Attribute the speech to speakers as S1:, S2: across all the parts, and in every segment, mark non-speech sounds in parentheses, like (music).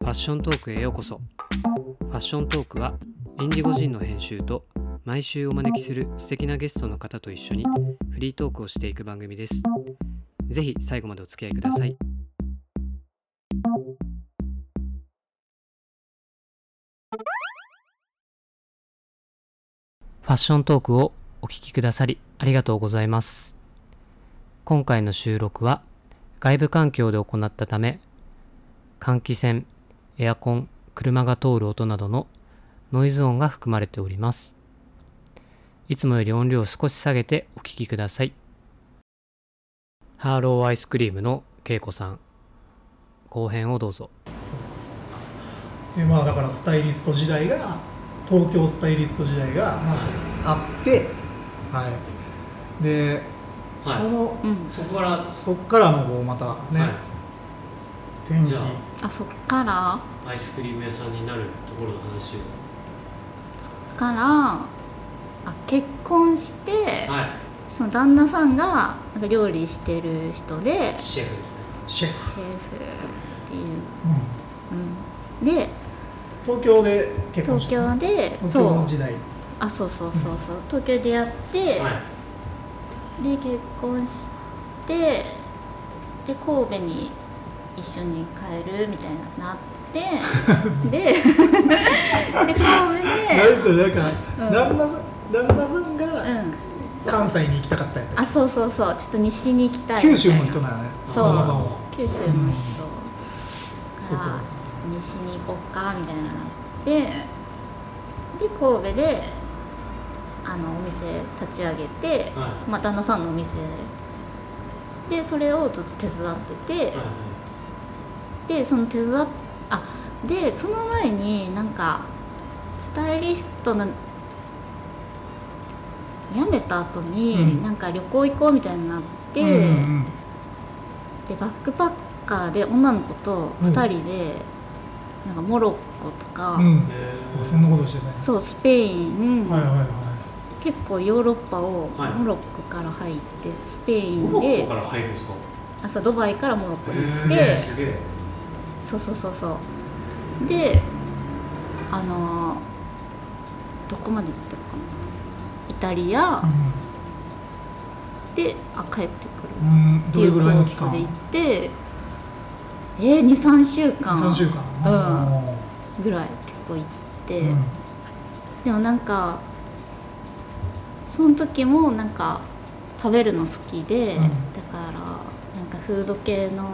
S1: ァッショントークへようこそファッショントークはインディゴ人の編集と毎週お招きする素敵なゲストの方と一緒にフリートークをしていく番組ですぜひ最後までお付き合いくださいファッショントークをお聞きくださりありがとうございます今回の収録は外部環境で行ったため換気扇エアコン車が通る音などのノイズ音が含まれておりますいつもより音量を少し下げてお聞きくださいハーローアイスクリームのけいこさん後編をどうぞ
S2: でまあだからスタイリスト時代が東京スタイリスト時代がまずあって、はい、で、
S1: はい
S2: その
S3: うん、
S1: そこから
S2: そっからもこうまたね、天気
S1: じゃ
S3: あそっから
S1: アイスクリーム屋さんになるところの話を
S3: からあ結婚して、
S1: は
S3: その旦那さんがなんか料理してる人でシ
S1: シェフですね
S2: シェフ、
S3: ェフっていう、
S2: うん
S3: うん、で
S2: 東京で結婚し
S3: 東
S2: た
S3: 京で
S2: 東
S3: そ
S2: 京の
S3: う
S2: 時代
S3: あそうそうそうそう東京でやって、
S1: はい
S3: で結婚してで神戸に一緒に帰るみたいな
S2: (laughs)
S3: なってでで神戸で
S2: なんですよなんか、
S3: うん
S2: 旦那さん旦那さん
S3: う
S2: が
S3: ん
S2: 関西に行きたかったんやった
S3: あそうそうそうちょっと西に行きたい
S2: 九州の人なんやね
S3: そう
S2: 旦那さんは
S3: 九州の人
S2: そう
S3: から
S2: か
S3: ちょっと西に行こっかみたいなのがあってで神戸であのお店立ち上げて、
S1: は
S3: まあ、旦那さんのお店ででそれをずっと手伝ってて、でその手伝っあでその前になんかスタイリストの辞めた後に、
S2: うん
S3: なんか旅行行こうみたいになって。
S2: うんうん
S3: でバックパッカーで女の子と2人で、なんかモロッコとか、
S2: うんうん
S1: え
S2: あそんなことしてない
S3: そうスペイン、
S2: はいはいはい
S3: 結構ヨーロッパを
S1: はい
S3: モロッコから入ってスペイ
S1: モ
S3: ン
S1: ロッ
S3: で
S1: コから入るんですか
S3: 朝ドバイからモロッコに行って、
S1: えーすげえ
S3: そうそうそうそうであのーどこまで行ったかなイタリアであ帰ってくる
S2: うん、うん、
S3: って
S2: ど
S3: い
S2: れ
S3: うコ
S2: ぐらいの
S3: ー
S2: 期
S3: ス
S2: 間
S3: で行ってえー、23週間
S2: 3週間
S3: うんぐらい結構行って、
S2: うん
S3: でもなんかその時もなんか食べるの好きで、
S2: うん
S3: だからなんかフード系の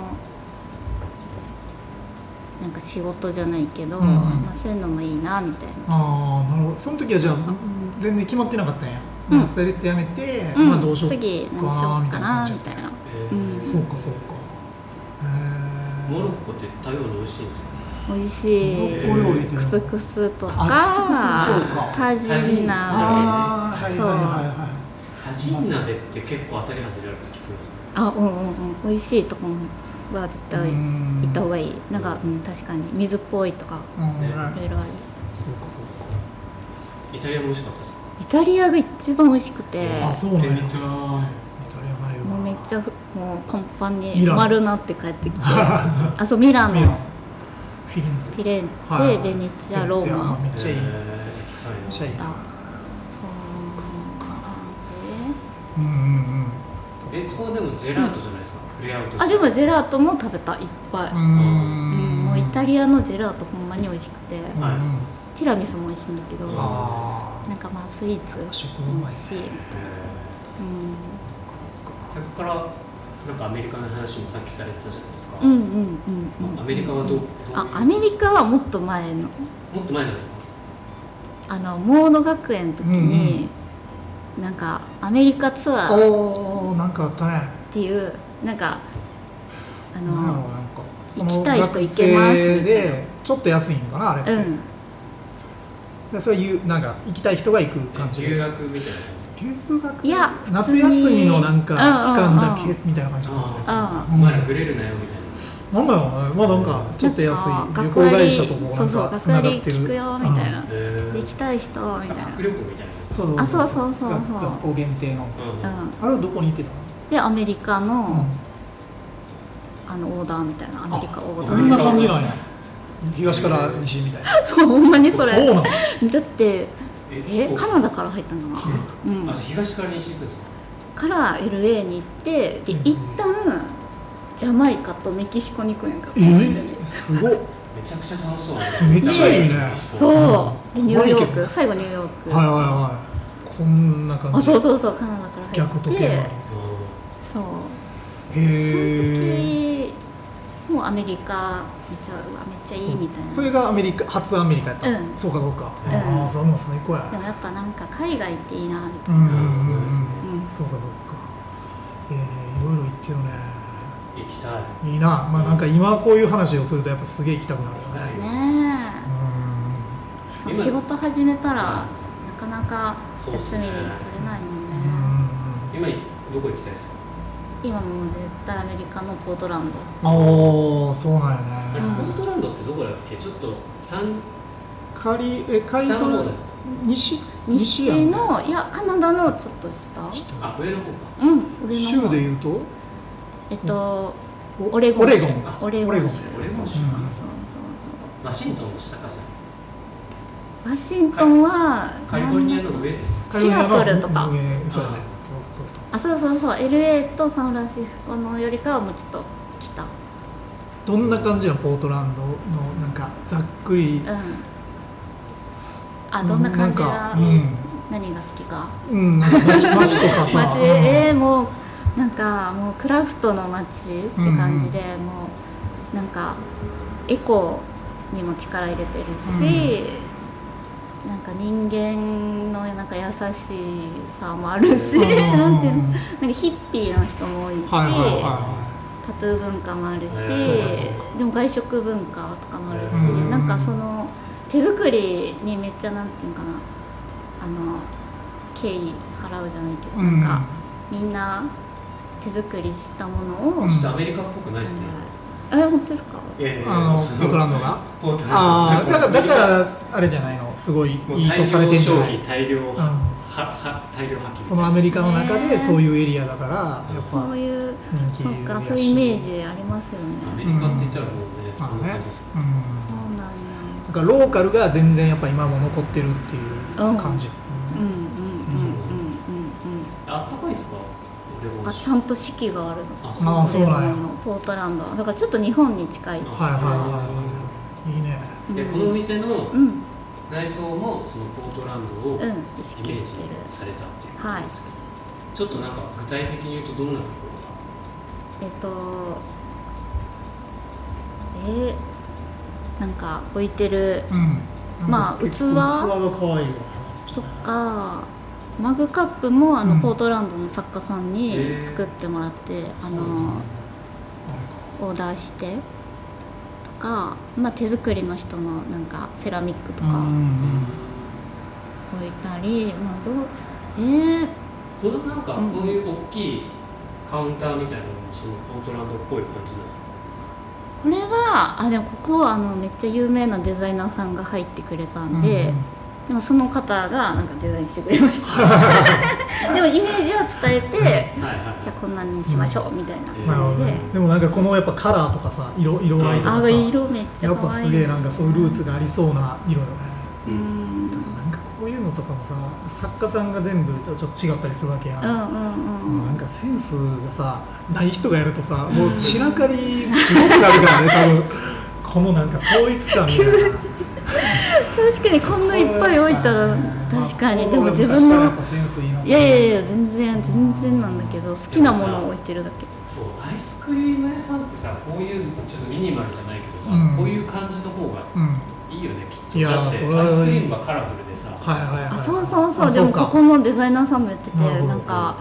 S3: なんか仕事じゃないけど、
S2: うんうん
S3: まあ、そういうのもいいなみたいな
S2: ああなるほどその時はじゃあ全然決まってなかったんや、
S3: うん
S2: まあスタイリスト辞めて、
S3: うん
S2: まあどうしようか
S3: 次何しようかなみ
S2: みた
S3: た
S2: い
S3: い
S2: な
S3: な
S1: え
S3: うん
S2: そうかそうかへえ
S1: モロッコって食べ物美味しいんですか
S3: 美味しい
S1: モロッコ料理
S2: で
S3: クスクスと
S2: あクスクスそう
S3: か
S2: か
S3: タジン鍋
S2: ああはいはいはいは
S1: タジン鍋って結構当たり外れあるって聞きますね
S3: あうんうんうん美味しいとこは絶
S2: い
S3: 対行
S2: うん
S3: った方がいいなんか、うん、確かに水っぽいとか
S2: うん
S1: ね
S2: そうか
S3: いろいろある
S2: そう
S1: イタリアも美味しかったですか
S3: イタリアが一番美味しくて
S2: かあそうなんやイ
S1: 行ってみたい
S2: タリアないわ
S3: もうめっちゃふもうパンパンに
S2: ミラノ
S3: 丸なって帰ってき
S2: (laughs)
S3: てあそうミラ
S2: ミラノ
S3: ノ
S2: フィレンツ
S3: フィレンツェ、
S2: はい
S3: ベネチアローマ
S2: めっちゃい
S1: え
S2: い、めっ
S1: ー行き
S2: ち
S1: た
S2: ゃい
S1: い
S2: い
S1: な
S3: だそう
S2: うんうん
S1: えそこはでもジェラートじゃないですか、触れ合うと
S3: 感じあでもジェラートも食べたいっぱい、
S2: う
S3: うん
S2: んうん
S3: もうイタリアのジェラートほんまに美味しくて、
S2: うん
S1: はい
S3: ティラミスも美味しいんだけどな
S2: あ
S3: んかまあスイーツ
S2: あ食う
S3: 美
S2: まい
S3: 味しい、
S1: え
S3: う
S1: ーそこからなんかアメリカの話もさっきされてたじゃないですか、
S3: ん、うんうんうんうん
S1: アメリカはどうどう
S3: あアメリカはもっと前の
S1: もっと前なんですか
S3: あのモード学園の時に、なんかアメリカツアーっ
S2: おおなんかあったね
S3: ていうなんかあ
S2: なんやろう
S3: の、
S2: なんか
S3: 行きたい人行けます
S2: その学生
S3: みたいな
S2: でちょっと安いんかなあれって、
S3: うん
S2: でそれゆなんか行きたい人が行く感じで
S1: 留学みたいな
S2: 留学
S3: いや
S2: 夏休みのなんか期
S3: 普通に
S2: 間だ
S3: うんうん
S2: けみたいな感じだったんじゃ
S3: あ
S1: お前らグレるなよみたいな
S2: ないですかなんだろうねまあなんかちょっと安い
S3: なんか
S2: 旅行会社とこう
S3: 学割
S2: なんかつ
S3: そうそ
S2: な
S3: う学
S2: が
S3: 割
S2: ってる
S3: 聞くよみたいな、
S1: え
S3: で行きたい人みたいな
S1: 学力みたいな
S2: うんそう
S3: あそうそうそうそう
S2: 学学校限定の
S1: う
S3: うん
S2: あれはどこに行ってた
S3: でアメリカの
S2: の、、
S3: あのオーダーみたいなアメリカオ
S2: あ
S3: ー
S2: そ
S3: ダ
S2: ん
S3: ー
S2: な感じなんや東から西みたいな
S3: (laughs) そうほんまにそれ
S2: そうなの
S3: だって
S4: え
S3: えカナダから入ったんだな、う
S4: あ
S3: ん
S4: じゃあ、東から西行くんですか
S3: から LA に行ってで
S2: うん
S3: 一旦ジャマイカとメキシコに行くんやんか
S2: え
S3: その間に
S2: ー、すごっ
S4: めちゃくちゃ楽しそうです
S2: めっちゃいいね
S3: そうで
S2: うん
S3: ニューヨー
S2: 怖いけど
S3: ク最後ニューヨーク、
S2: はいはいはいこんな感じ
S3: あそうそうそうカナダから入って
S2: 逆時計回り
S3: そうそ
S2: へえ
S3: の時もうアメリカめっちゃうわめっちゃいいみたいな
S2: それがアメリカ初アメリカやった、
S3: うん
S2: そうかそうか、
S3: うん
S2: ああそれも最高や
S3: でもやっぱなんか海外っていいなみた
S2: う
S3: い
S2: んうん
S3: な、
S2: うんう
S3: うん
S2: んそうかそうかえー、いろいろ言ってるね
S4: 行きたい
S2: いいなまあなんか今こういう話をするとやっぱすげえ行きたくなるよ
S4: 行きたい
S2: ね
S3: ね
S2: うんうん
S3: えしかも仕事始めたらなかなか休み取れないもんね
S2: うん
S4: 今どこ行きたいですか
S3: 今もう絶対アメリカのポートランド
S2: おーそうなん
S4: あ
S2: や
S4: れ
S2: ね
S4: ポ
S3: うん
S4: ートランドってどこだっけちょっと三
S2: 仮え仮
S4: 下の方だよ
S2: 西西やん
S3: 西のいやカナダのちょっと下
S4: あ上の方か
S3: うん上の
S2: 州
S3: 方
S2: でいうと
S3: えっと
S2: お
S3: オレゴ
S2: オ
S3: ン
S2: レゴン
S3: 州オレゴン州
S4: オレゴン州
S3: そう
S2: うん
S3: そう
S4: ワシントンの下かじゃ
S3: そうワシントンは
S4: あカリフォルニアの上
S3: シアトルとか
S2: 上そうやねそうそう
S3: あそうそうそう LA とサンフランシスコのよりかはもうちょっと北
S2: どんな感じのポートランドのなんかざっくり
S3: うんあどんな感じ
S2: な
S3: が
S2: んか
S3: 何が好きか
S2: うん、
S3: (laughs)
S2: うん、なんか街街とかさ
S3: 街えーもうなんかもうクラフトの街って感じで、もうなんかエコにも力入れてるし、なんか人間のなんか優しさもあるし、
S2: うん
S3: なんていうの
S2: うん
S3: なんかヒッピーの人も多いし、
S2: はいはいはいは
S3: タトゥー文化もあるし、
S4: そうかそう
S3: でも外食文化とかもあるし、
S2: うん
S3: なんかその手作りにめっちゃなんていうのかなあの敬意払うじゃないけど、
S2: いうん
S3: なんかみんな手作りしたものを、
S2: うん
S4: ちょっとアメリカっぽくないですね
S3: え本当ですか
S4: いやいやいや
S2: あのポ
S4: そ
S2: ートランドが
S4: ポートランド
S2: ああだからだか
S4: アメ
S2: らあれじゃないのすごい
S4: リカもう
S2: いいとされてんじゃない
S4: 大量消
S2: ん
S4: 費大量はは大量発揮
S2: そのアメリカの中
S3: ね
S2: でそういうエリアだからやっ
S3: そ
S2: ぱ
S3: ういう
S2: 人気
S3: そっかそういうイメージありますよ
S4: アメ
S3: ね
S4: リカって言ったらもうねそ
S2: まあ
S4: んな
S2: ね
S4: 感じです
S2: うん
S3: そうなんや
S2: なんかローカルが全然やっぱ今も残ってるっていう感じ、
S3: うんうんうんうんうん
S4: あったかいですかオレ
S3: う
S4: ゴ
S3: んあ
S4: ン
S3: ち
S4: 州
S3: ゃんと四季があるの
S2: ああそうなんや
S3: レモンのポートランドはだからちょっと日本に近い、
S4: あ
S2: はいはいはいはいいいね
S3: うん、
S4: でこのお店の
S3: うん
S4: 内装もそのポートランドをイ
S3: う
S4: メ
S3: ん意識
S4: ージ
S3: してる
S4: されたっていうことですけど、ちょっとなんか具体的に言うとどんなとこ
S3: えっとえー、なんか置いてる
S2: うん
S3: まあ
S2: なんか
S3: 器
S2: 器が可愛いわ
S3: とかマグカップもあの、
S2: うん
S3: ポートランドの作家さんに
S4: へー
S3: 作ってもらってあ
S4: そうなん
S3: のオーダーしてとか、まあ、手作りの人のなんかセラミックと
S2: うんう
S3: か
S2: ん
S3: 置いたり、まあどうえー、
S4: ろなのか、このなんかこういう大きいカウンターみたいなのもそのポートランドっぽい感じなんですか
S3: これはあでもここはあのめっちゃ有名なデザイナーさんが入ってくれたんで、
S2: うん
S3: でもその方がなんかデザインしてくれました
S2: (laughs)
S3: でもイメージは伝えて
S4: はいはい
S3: じゃあこんなにしましょうみたいな
S2: なるほ
S3: 感
S2: ど
S3: じで
S2: ねでもなんかこのやっぱカラーとかさ色色合いと
S3: あ
S2: か
S3: の
S2: さ
S3: 色めっちゃ
S2: やっぱ
S3: 可愛
S2: す
S3: い
S2: げえなんかそういうルーツがありそうな色よね
S3: う
S4: うん
S3: うん
S4: ん
S2: なんかこういうのとかもさ作家さんが全部ちょっと違ったりするわけや、
S3: うん
S2: もう
S3: うん
S2: なんかセンスがさない人がやるとさもう散らかりすごくなるからね
S3: (laughs)
S2: 多分このなんか統一感みたいな
S3: 確かにこんないっぱい置いたら確かにでも自
S2: 昔
S3: 分
S2: からや
S3: の
S2: っぱセンスいいない
S3: やいやいや全然全然なんだけど好きなものを置いてるだけ
S4: そうアイスクリーム屋さんってさこういうちょっとミニマルじゃないけどさ、
S2: うん
S4: こういう感じの方が
S2: うんはい
S4: いいよねきっと
S2: いやー
S4: だって
S2: それは
S4: アイスクリームがカラフルでさ
S2: はいはい
S3: あそうそうそう
S2: あ
S3: でもこ
S2: か
S3: このデザイナーさんも言ってて
S2: なるほど
S3: なんか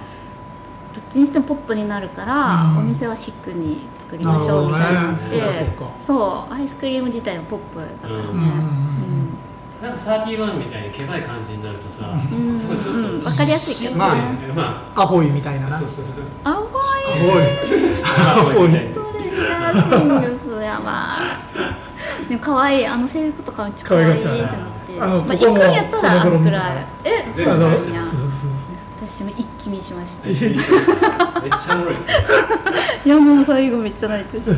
S3: どっちにしてもポップになるから、
S2: うん
S3: お店はシックに作りましょうみたいになって
S4: なるほどね
S2: そうか
S3: そうアイスクリーム自体がポップだからね、
S4: う
S2: うんんうんうん
S4: なんかサーティワンみたいにけばい感じになるとさ、
S3: うんうん
S4: もうちょっと
S3: うんわかりやすいけどね
S2: まあね
S4: えま
S2: アホイみたいな
S4: あ
S2: なア
S4: そ
S2: ホ
S4: う
S2: (laughs)
S4: そうそう
S3: あ
S2: イ
S4: みたいな
S3: これがアシングスやばいでも可愛いあの制服とかめっちゃ可愛いってなって
S2: 可愛かったねあの
S3: まあ、
S2: ここ
S3: 一
S2: も
S3: 回やったらあ
S2: この頃
S3: のく
S2: 見
S3: らい
S2: た
S3: え
S4: 全部
S2: あの
S4: 返
S2: そう
S4: し
S2: そう
S4: て
S3: や
S2: そ
S3: 私も一気見しました
S4: めっ
S3: い
S4: ちゃいいですめっちゃおもろいですね
S3: やもう最後めっちゃ泣いてる
S2: う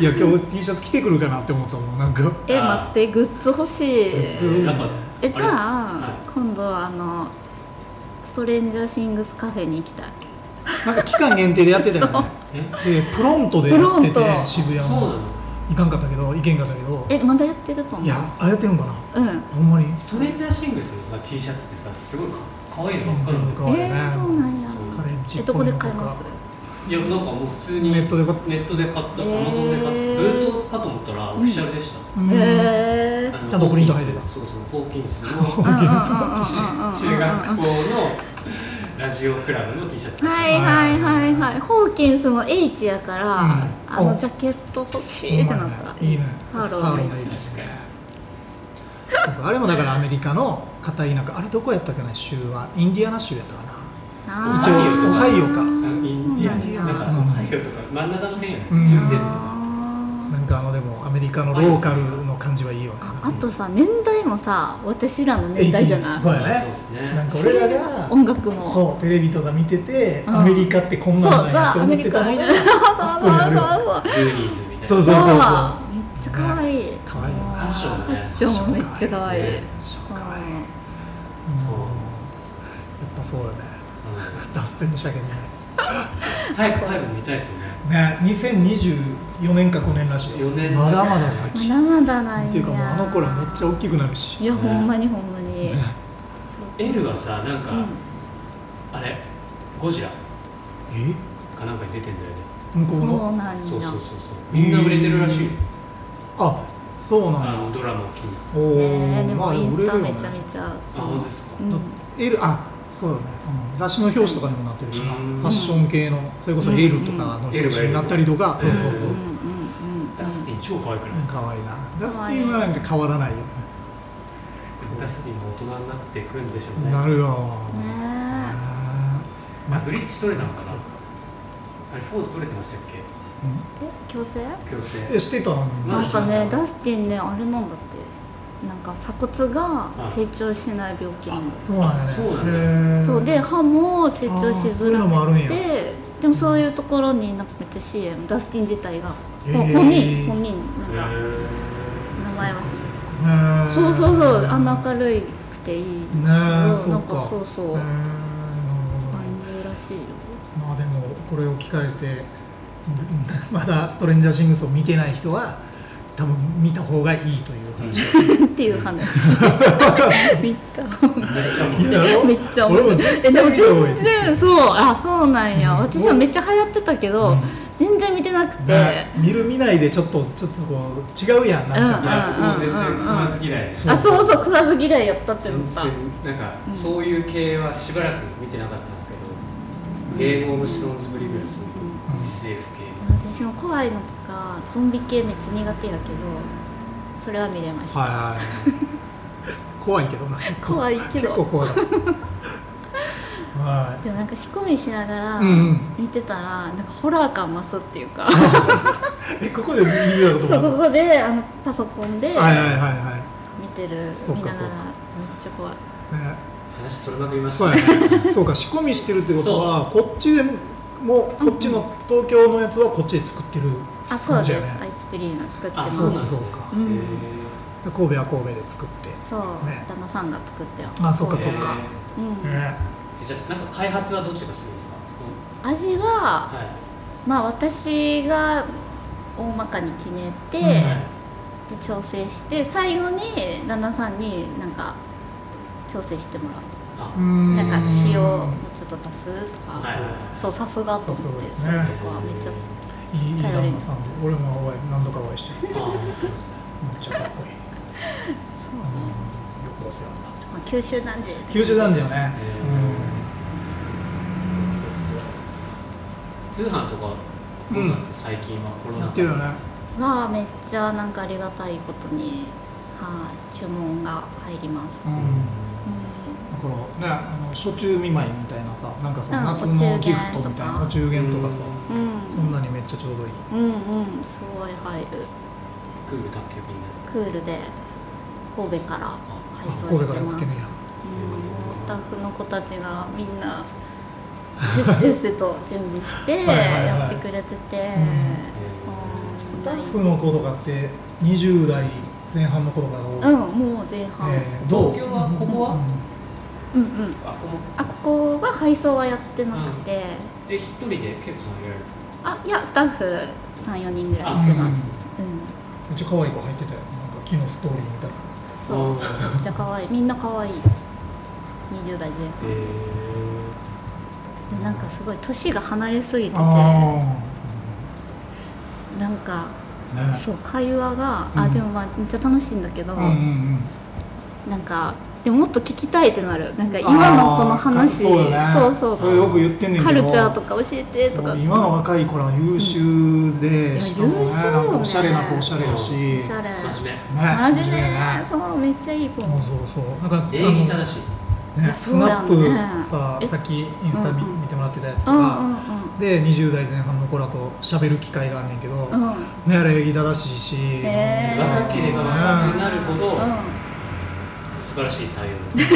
S2: いや今日 T シャツ着てくるかなって思ったもんなんか
S3: え
S4: あー
S3: 待ってグッズ欲しい
S2: グッズ
S4: なんか
S3: えじゃあ、
S4: れはい
S3: 今度あのストレンジャーシングスカフェに行きたい
S2: なんか期間限定でやってたよね
S4: え
S2: でプロントでやって
S3: プロン
S2: て
S3: ト
S2: 渋谷
S4: そうな
S2: の
S4: の
S2: 行かんかったけど行けんかったけど
S3: えまだやってると思う
S2: いやあやってるんかな
S3: うん
S2: ほんまに
S4: ストレンジャーシングスのさ T シャツってさすごいかかわいいの分かる
S2: うん
S4: の
S2: かわいいね
S3: えー、そうなんや
S4: そう
S2: カレッジ
S3: え
S2: っぽ
S3: どこ
S2: い
S3: で
S2: のと
S3: 買い
S2: か
S3: ます
S4: いやなんかもう普通に
S2: ネットで買っ
S4: ネットで買ったし、
S3: えー
S4: Amazon で買ったブートかと思ったらオフィシャルでした、
S2: うん
S3: へえ
S4: あの
S2: ちゃんとプリント入ってた
S4: そうそうホーキンスの
S2: う
S4: (laughs)
S2: ん
S4: 中
S2: うんうんうん
S4: 学校のラジオクラブの T シャツ
S3: はいはいはいはいホーキンスも H やから、
S2: ん
S3: あ
S2: お
S3: のジャケット欲しいってなった
S2: いいね
S3: ハロー
S2: ハ
S3: の
S2: ロ
S3: や
S2: ー
S3: つ
S2: のやつ
S4: 確かに
S2: そうかあれもだからアメリカの片田舎あれどこやったっけな州はインディアナ州やったかな
S3: あー
S4: 一応オ
S2: ハイオか
S4: あのインディアン
S3: そう
S4: な
S3: なんん
S4: か
S3: だ
S2: うん
S4: ハイオとか真ん中の辺やね
S2: うん
S4: 中世とか
S3: あ
S2: なんかあのでもアメリカのローカルの感じはいいよね
S3: ーあとさ年代もさ私らの年代じゃない
S2: そうやね
S4: そうですね
S2: なんか俺らが
S3: 音楽もう
S2: そうテレビとか見てて、
S3: うん
S2: アメリカってこん
S3: そ
S2: な
S3: う
S2: な
S3: ん
S2: んや
S3: ザ
S2: と・
S3: ア
S2: 思
S3: メ
S2: って
S3: リ
S2: た
S3: カ
S2: の
S3: みたい
S2: が
S3: な
S2: あそこにあるわ
S3: そうそうそうそう
S4: ルーニーズみたいな
S2: そうそうそうそう
S3: めっちゃ可愛い。
S2: 可愛いね
S3: もう
S4: ファッションね
S3: ファッションもめっちゃ可愛い。
S4: ね
S2: そうか
S3: うん
S4: そう
S2: やっぱそうだね
S4: う
S2: 脱線したけどね
S4: ん早く早く見たいですよね
S2: ね2024年か5年らしいよ
S4: 四年
S2: まだまだ先
S3: まだまだなんや。
S2: っていうかもうあの子らめっちゃ大きくなるし
S3: いやほんまにほんまに。
S2: ね
S4: エルはさなんか、
S3: うん
S4: あれゴジラ
S2: え
S4: かなんかに出てんだよね
S2: 向こう
S3: そう
S2: の
S3: なんや。
S4: そうそうそうそうみんな売れてるらしいよ
S2: あそうなん
S4: あ
S2: だ
S4: のドラマを機に
S2: お
S3: ねえ
S2: お
S3: で
S2: ま
S3: も
S2: あ
S3: イン
S2: 売
S3: ス
S2: れる
S3: タ
S2: よ
S3: め
S2: ね
S3: ちゃめちゃ。
S4: あ本当ですか
S3: うん。
S2: L あそうだね、うん雑誌の表紙とかにもなってるしな
S4: う
S2: フ
S4: ん
S2: ァッション系のそれこそ L とかの表紙になったりとか、
S4: うん
S2: そうそうそう、
S3: うんうんうん。
S4: ダスティン超可愛くないですか、
S2: 可愛いなダスティンはなんか変わらないよね
S4: ダスティンも大人になっていくんでしょうね
S2: なるよ
S3: ねえ。
S4: あブリッジ取れたのかなあれフォード取れてましたっけ
S3: え強制？
S4: 強制
S2: えしてたのに
S4: まあ
S3: なんかね
S4: そうそう
S3: ダスティンねあれなんだって。なんか鎖骨が成長しない病気なんだって。
S2: そうなんだね
S4: そうなんだ
S2: へー
S3: そうで歯も成長しづ
S2: あーそういうのもある
S3: ら
S2: ん
S3: く
S2: や
S3: てでもそういうところになんかめっちゃ CM ダスティン自体が、
S2: へー
S3: ほ本人本人
S4: へ
S3: なんか
S4: ー
S3: 名前は
S2: へー
S3: そうそうそうあんな明るくていい
S2: ねえ
S3: なん
S2: そうか
S3: かそうそう
S2: へーなる
S3: 感
S2: ほど
S3: じらしいよ (laughs)
S2: まあでもこれを聞かれてまだストレンジャーシングスを見てない人は多分見た方がいいという
S4: うんめっ
S2: 話、
S4: ち
S3: っていう話
S2: (laughs)
S3: 見た
S4: ゃ見て
S2: だろ
S3: (laughs) めっちゃ面
S2: 俺も
S3: 白い
S2: 絶対
S3: えでも
S2: 見た方がいい
S3: 全然そうあそうなんや、
S2: うん
S3: 私はめっちゃ流行ってたけど、
S2: うん
S3: 全然見てなくて、
S2: ね見る見ないでちょっとちょっとこう違うやんなんか
S4: いや
S2: さ、
S4: 僕も全然食わず嫌いです
S3: あそうそう食わず嫌いやったって
S4: 全
S3: 思った
S4: 然なん
S3: う
S4: か
S3: ん
S4: そういう系はしばらく見てなかったんですけどゲームオブスローンズぶりぐらいそういう SF 系
S3: 私も怖いのとかゾンビ系めっちゃ苦手やけどそれは見れました、
S2: はいはいはい怖いけどな
S3: 怖いけ
S2: 結
S3: ど
S2: 構
S3: (laughs)
S2: 怖かったは
S3: でもなんか仕込みしながら
S2: い、うんうん、
S3: 見てたらなんかホラー感増すってい
S2: (laughs)
S3: うか
S2: えここで見るようなこ
S3: そ
S2: と
S3: うこ
S2: も
S3: こであのパソコンで
S2: はいはいはいはい
S3: 見てる、
S2: そうか
S3: 見なが
S2: そ
S3: らめっ
S2: うか
S3: ちゃ怖い
S2: ね、
S4: 話それまくりまし
S2: そう
S4: た
S2: やねそうか仕込みしてるってことはこっちでもこっちの東京のやつはこっちで作ってる
S3: あそう
S2: 感じ
S3: です、
S2: やね
S3: アイスクリーム作って
S4: あ
S3: ます
S4: そ
S3: そうう
S4: なんですね
S2: そうか
S3: うん
S2: 神戸は神戸で作ってね
S3: 旦那さんが作ってま
S2: あ
S3: す
S2: そうか
S4: へー
S2: そうか
S3: うん、
S2: ね
S4: えじゃあなんか開発はどっちがするんですか
S3: 味は
S4: はい
S3: まあ私が大まかに決めて、
S2: うんはい
S3: で調整して最後に旦那さんになんか調整してもらう
S4: あ
S2: うーん
S3: なんか塩もちょっと足す
S2: そ
S3: と
S2: う
S3: か
S2: そう
S3: そうさすがと思って
S2: そうそうです
S3: そ
S2: ね
S3: ういうとこはめっちゃ
S2: いいいい旦那さんで俺もお会い何度かお会いしてる
S4: あそうですね
S2: めっちゃかっこいい、うん、
S3: そうね、
S2: よくお世話になって
S3: ま
S2: ま
S3: あ、
S2: す
S3: 九州男児
S2: 九州男児よね
S4: へー
S2: うんそうそう
S4: 通販とかどうなんですか最近はコ
S2: そう
S4: ロナ
S2: や
S4: 禍
S2: ってるよね
S3: はめっちゃなんかありがたいことにはい注文が入ります、
S2: う
S3: うん
S2: んだからね、あの初中見舞いみたいなさ、なんかその
S3: うん
S2: 夏
S3: お中
S2: の
S3: 元
S2: ギフトみたいな、
S3: とか
S2: お中元とかさ、
S3: うん、
S2: そんなにめっちゃちょうどいい。
S3: うんうんすごい入る
S4: クール卓球にな
S3: ク
S4: る
S3: ールで神戸から配
S2: あ、
S3: 送
S2: 神戸
S3: し
S2: か
S3: て
S2: ら行
S3: ま
S2: っ
S3: す
S2: けねえや。
S3: もうスタッフの子たちがみんなせっせっせと準備して
S2: (laughs) はいはいはい
S3: やってくれてて
S2: うん
S3: そう
S2: スタッフの子とかって20代前半の子とかが多い、
S3: うんもう前半、
S2: えーどう
S4: 東京はここは
S2: うん
S3: うんうん
S4: あこの
S3: あここは配送はやってなくて、
S4: え一人で結構やられる
S3: あいやスタッフ34人ぐらい行ってますうん
S2: めっちゃ可愛い子入ってたよなんか木のストーリー見たら
S3: そう
S4: あー
S3: めっちゃ可愛いみんな可愛い20代前
S4: へえ
S3: 半でなんかすごい年が離れすぎててな
S2: あ
S3: んか
S2: あね
S3: そう会話があ
S2: うん
S3: でもまあめっちゃ楽しいんだけど、
S2: うんうんうん
S3: なんかでももっと聞きたいってなるなんか今のこの話
S2: あーかそうよね
S3: そう
S2: それよく言ってんねんけど
S3: カルチャーとか教えてと
S2: そ
S3: か
S2: う今の若い頃は優秀で、
S3: うん
S2: しかもね
S3: いや優秀よね
S2: なんかおしゃれな子おしゃれやし、
S3: おしゃれ
S4: 真面
S3: マジで
S2: ね
S3: そうめっちゃいい子
S2: そうそうそうなんか
S4: 目礼儀正しい
S2: あの
S3: い
S2: ね
S3: や
S2: ス
S3: そうだ
S2: ナ
S3: よ
S2: ッ
S3: ね
S2: プさ
S3: え
S2: さっきインスタ見,、
S3: うんうん
S2: てもらってたやつ
S3: うんうん
S2: が、で20代前半の子らと喋る機会があんねんけど、
S3: うんうんうん
S2: ね礼儀正しいし、
S3: へー
S4: 若ければ若くなるほど素晴らしい対応だ
S2: ね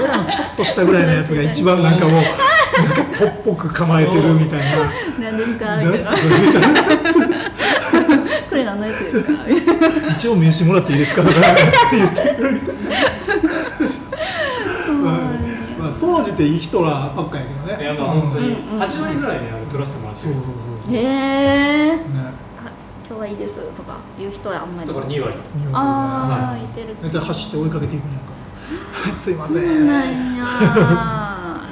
S2: 俺らのちょっと下ぐらいのやつが一番なんかもうなんかトっぽく構えてるみたいな。
S3: 何ですかみ
S2: なん
S3: た
S2: す
S3: い
S2: か
S3: な
S2: それ
S3: これ何のやつですかみたいな
S2: 一応名刺もらっていいですかとか言ってくるみたいな。 (laughs) まあ、総じていい人らばっかやけどね。
S4: いやまあ本当に
S3: うんうん
S4: 8割ぐらいねあれ取らせてもらって
S2: そう
S4: る
S2: そうそうそう。ね。
S3: へ
S2: だ
S3: (laughs) え
S2: か
S3: 今日はいいですとか言う人はあんまり
S4: だから2割
S2: ら
S3: ああいてる
S2: 大体走って追いかけて (laughs) いくんやんか。すいませ。
S3: そうなんんやい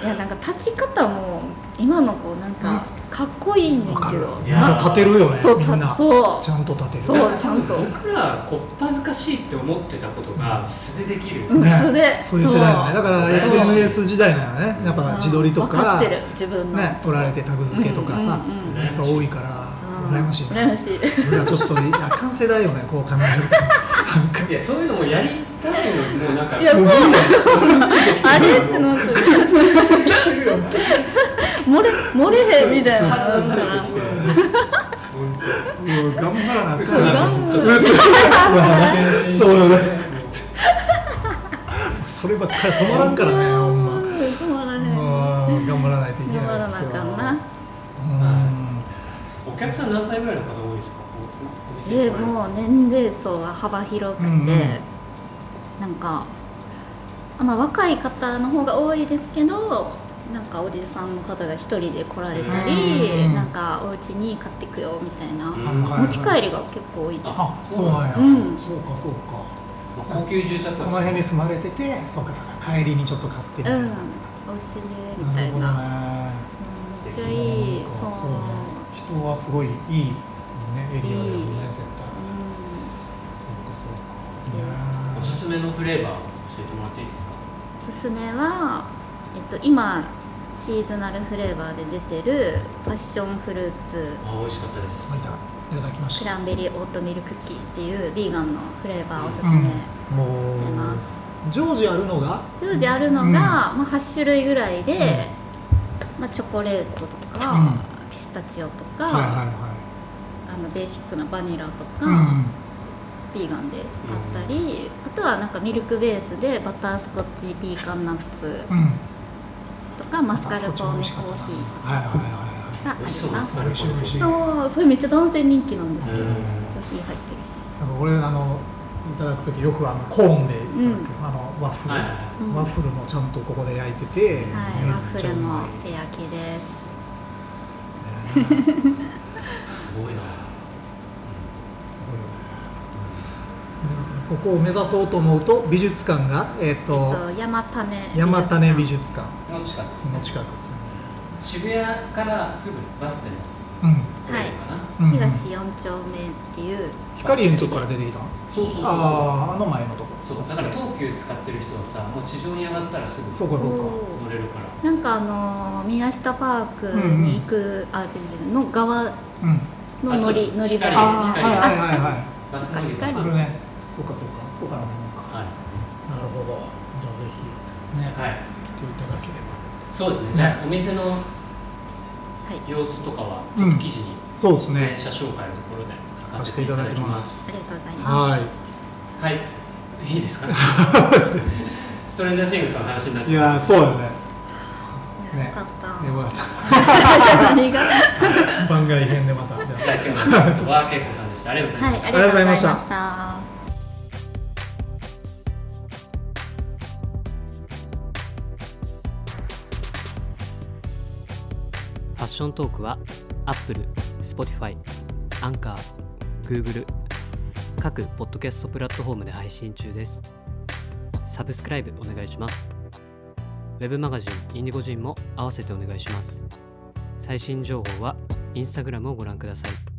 S3: やなんか立ち方も今の子なんかかっこいいんで
S2: わ
S3: す
S2: か
S3: け
S2: る
S3: ど。
S4: いや
S2: なんか立てるよね。
S3: そう
S2: みんな
S3: た。そう
S2: ちゃんと立てる。
S3: そうちゃんと
S4: 僕らこっぱずかしいって思ってたことが素でできる
S3: うん素で
S2: そういう世代だね。だから
S4: そう
S2: SNS 時代なのね。やっぱ自撮りと
S3: 分か
S2: か
S3: って、る自分の
S2: ね、撮られてタグ付けとかさ
S3: うんうんうん、
S4: うん
S2: やっぱ多いから、
S3: うん
S2: 羨ましいね
S3: 羨。ましい
S2: 俺はちょっといや完成だよねこう考えるとなんか
S4: いやそういうのもやりたいのにもうなんか
S3: いやそうあれってな
S4: っ
S3: ってる漏れ漏れへんみたいな
S4: 体
S3: だか
S4: 垂れ
S3: ら
S4: てきて本
S3: (laughs)
S2: もう頑張らなあかん
S4: 嘘だ
S3: 頑
S2: ちょっと
S3: 張る
S2: 嘘
S4: 当先
S2: そうだねそればっかり止まらんからねほんま
S3: 止まらへん
S2: うん頑張らないといけ
S3: 止ま
S2: ないで
S3: らな
S2: す
S3: あ
S2: よ
S3: かんな
S2: うん
S4: お客さん何歳ぐらいの方多いですかおお店に来ら
S3: で
S4: れる
S3: もう年齢層は幅広くて、
S2: うんうん
S3: なんか、まあ、若い方の方が多いですけどなんかおじさんの方が一人で来られた
S2: うんうん
S3: り、
S2: うん
S3: なんかお家に買ってくよみたいな、
S4: うん
S2: はいはい
S3: 持ち帰りが結構多いです
S2: あそうなんや
S3: うん
S2: そうかそうか
S4: まあ高級住宅
S2: こ
S4: 街
S2: の辺に住まれててそうかそうか帰りにちょっと買ってみ
S3: う
S2: たい
S3: ん
S2: な
S3: お家でみたいな
S2: なるほどね
S3: うんめっちゃいい
S2: なんか
S3: そう
S2: そうね人はすごいいいねエリアだよね
S3: いい
S2: 絶対そう
S4: お
S2: か
S4: す
S2: そうか
S4: すめのフレーバー教えてもらっていいですか
S3: うんおすすめは、えっと、今シーズナルフレーバーで出てるパッションフルーツ
S4: あ美味しかったです
S2: まあいたいただきまし
S3: ク
S2: た
S3: ランベリーオートミルクッキーっていうビーガンのフレーバーおすすめ、
S2: うん、も
S3: してます
S2: う常時あるのが
S3: 常時あるのが、
S2: うん
S3: まあ、8種類ぐらいで、まあ、チョコレートとか、
S2: うん
S3: ピスタチオとか、
S2: はいはいは
S3: あのベーシックなバニラと
S2: い、
S3: か、
S2: う
S3: ビーガンであったり、あとはなんかミルクベースでバタースコッチピーカンナッツ
S2: んうん、
S3: とかマスカルポーネコーヒ
S2: ーはいはいはい
S3: ーがありま
S4: 美味しそう
S3: す
S4: です
S2: 美味しい美味しい
S3: そうそれめっちゃ男性人気なんですけど、
S4: うん
S3: コーヒー入ってるし
S2: なんか俺あのいただく時よくあのコーンでいただく、あ
S3: う
S2: のワッフル、
S4: はいはいはい
S3: うん
S2: ワッフルもちゃんとここで焼いてて、
S3: はい、
S2: め
S3: ワッ
S2: っ
S3: フ
S2: ちゃう
S3: ルも
S2: まい
S3: 手焼きです
S4: すごいな
S2: ここを目指そうと思うと美術館が、えっ
S3: え
S2: と
S3: っと山種美術館
S2: 山種美術館
S4: 美味しかったです
S2: の近くですね、
S4: 渋谷からすぐバスでも
S2: うん
S4: 来れるかな、
S2: うん、
S3: 東四丁目っていう
S2: 光園のとこから出てきたの
S4: そうそうそう
S2: あああの前のとこ
S4: そうそうだから東急使ってる人はさもう地上に上がったらすぐ
S2: そうかそうか
S4: 乗れるか
S3: な
S4: ら
S3: んかあのー宮下パークに行く、あ違う違うの側
S2: うん
S3: の乗
S4: あ
S3: り
S4: そう
S3: 乗り場
S4: 光
S2: ああ
S4: 光
S2: はいはいはいはい
S4: バス乗り場
S3: 光
S2: あ
S4: は
S2: るねそうかそうかあそこからもなんか
S4: い、
S2: なるほどじゃあぜひね、
S4: は
S2: 来
S4: い、
S2: ていただければ
S4: そうですね
S2: ね
S4: じゃあお店の
S3: はい
S4: 様子とかはちょっと記事に
S2: そうです
S4: 出演
S2: ね
S4: 者紹介のところで書
S2: さ
S4: か
S2: せ
S4: せ
S2: て
S4: て
S2: い
S4: い
S2: た
S4: た
S2: だ
S4: だ
S2: き
S4: き
S2: ま
S4: ます
S3: ありがと
S2: す
S3: うございます
S2: は
S4: はいいいです (laughs) かねストレンジャーシングスの話になっ
S2: いい
S4: ちゃう
S2: やーそうよね
S3: いや
S2: ね
S3: よかった、
S2: よかっ
S3: (laughs) ありがとう
S2: た番外編でまたじゃあ
S4: じゃあ今日のゲストは恵子さんでした。ありがとうござ
S3: は
S4: い
S3: い
S4: ました。
S3: ありがとうございまし。
S2: ありがとうございました
S1: ファッショントークは Apple、Spotify、Anchor、Google 各ポッドキャストプラットフォームで配信中です。サブスクライブお願いします。ウェブマガジンインディゴジンも合わせてお願いします。最新情報は Instagram をご覧ください。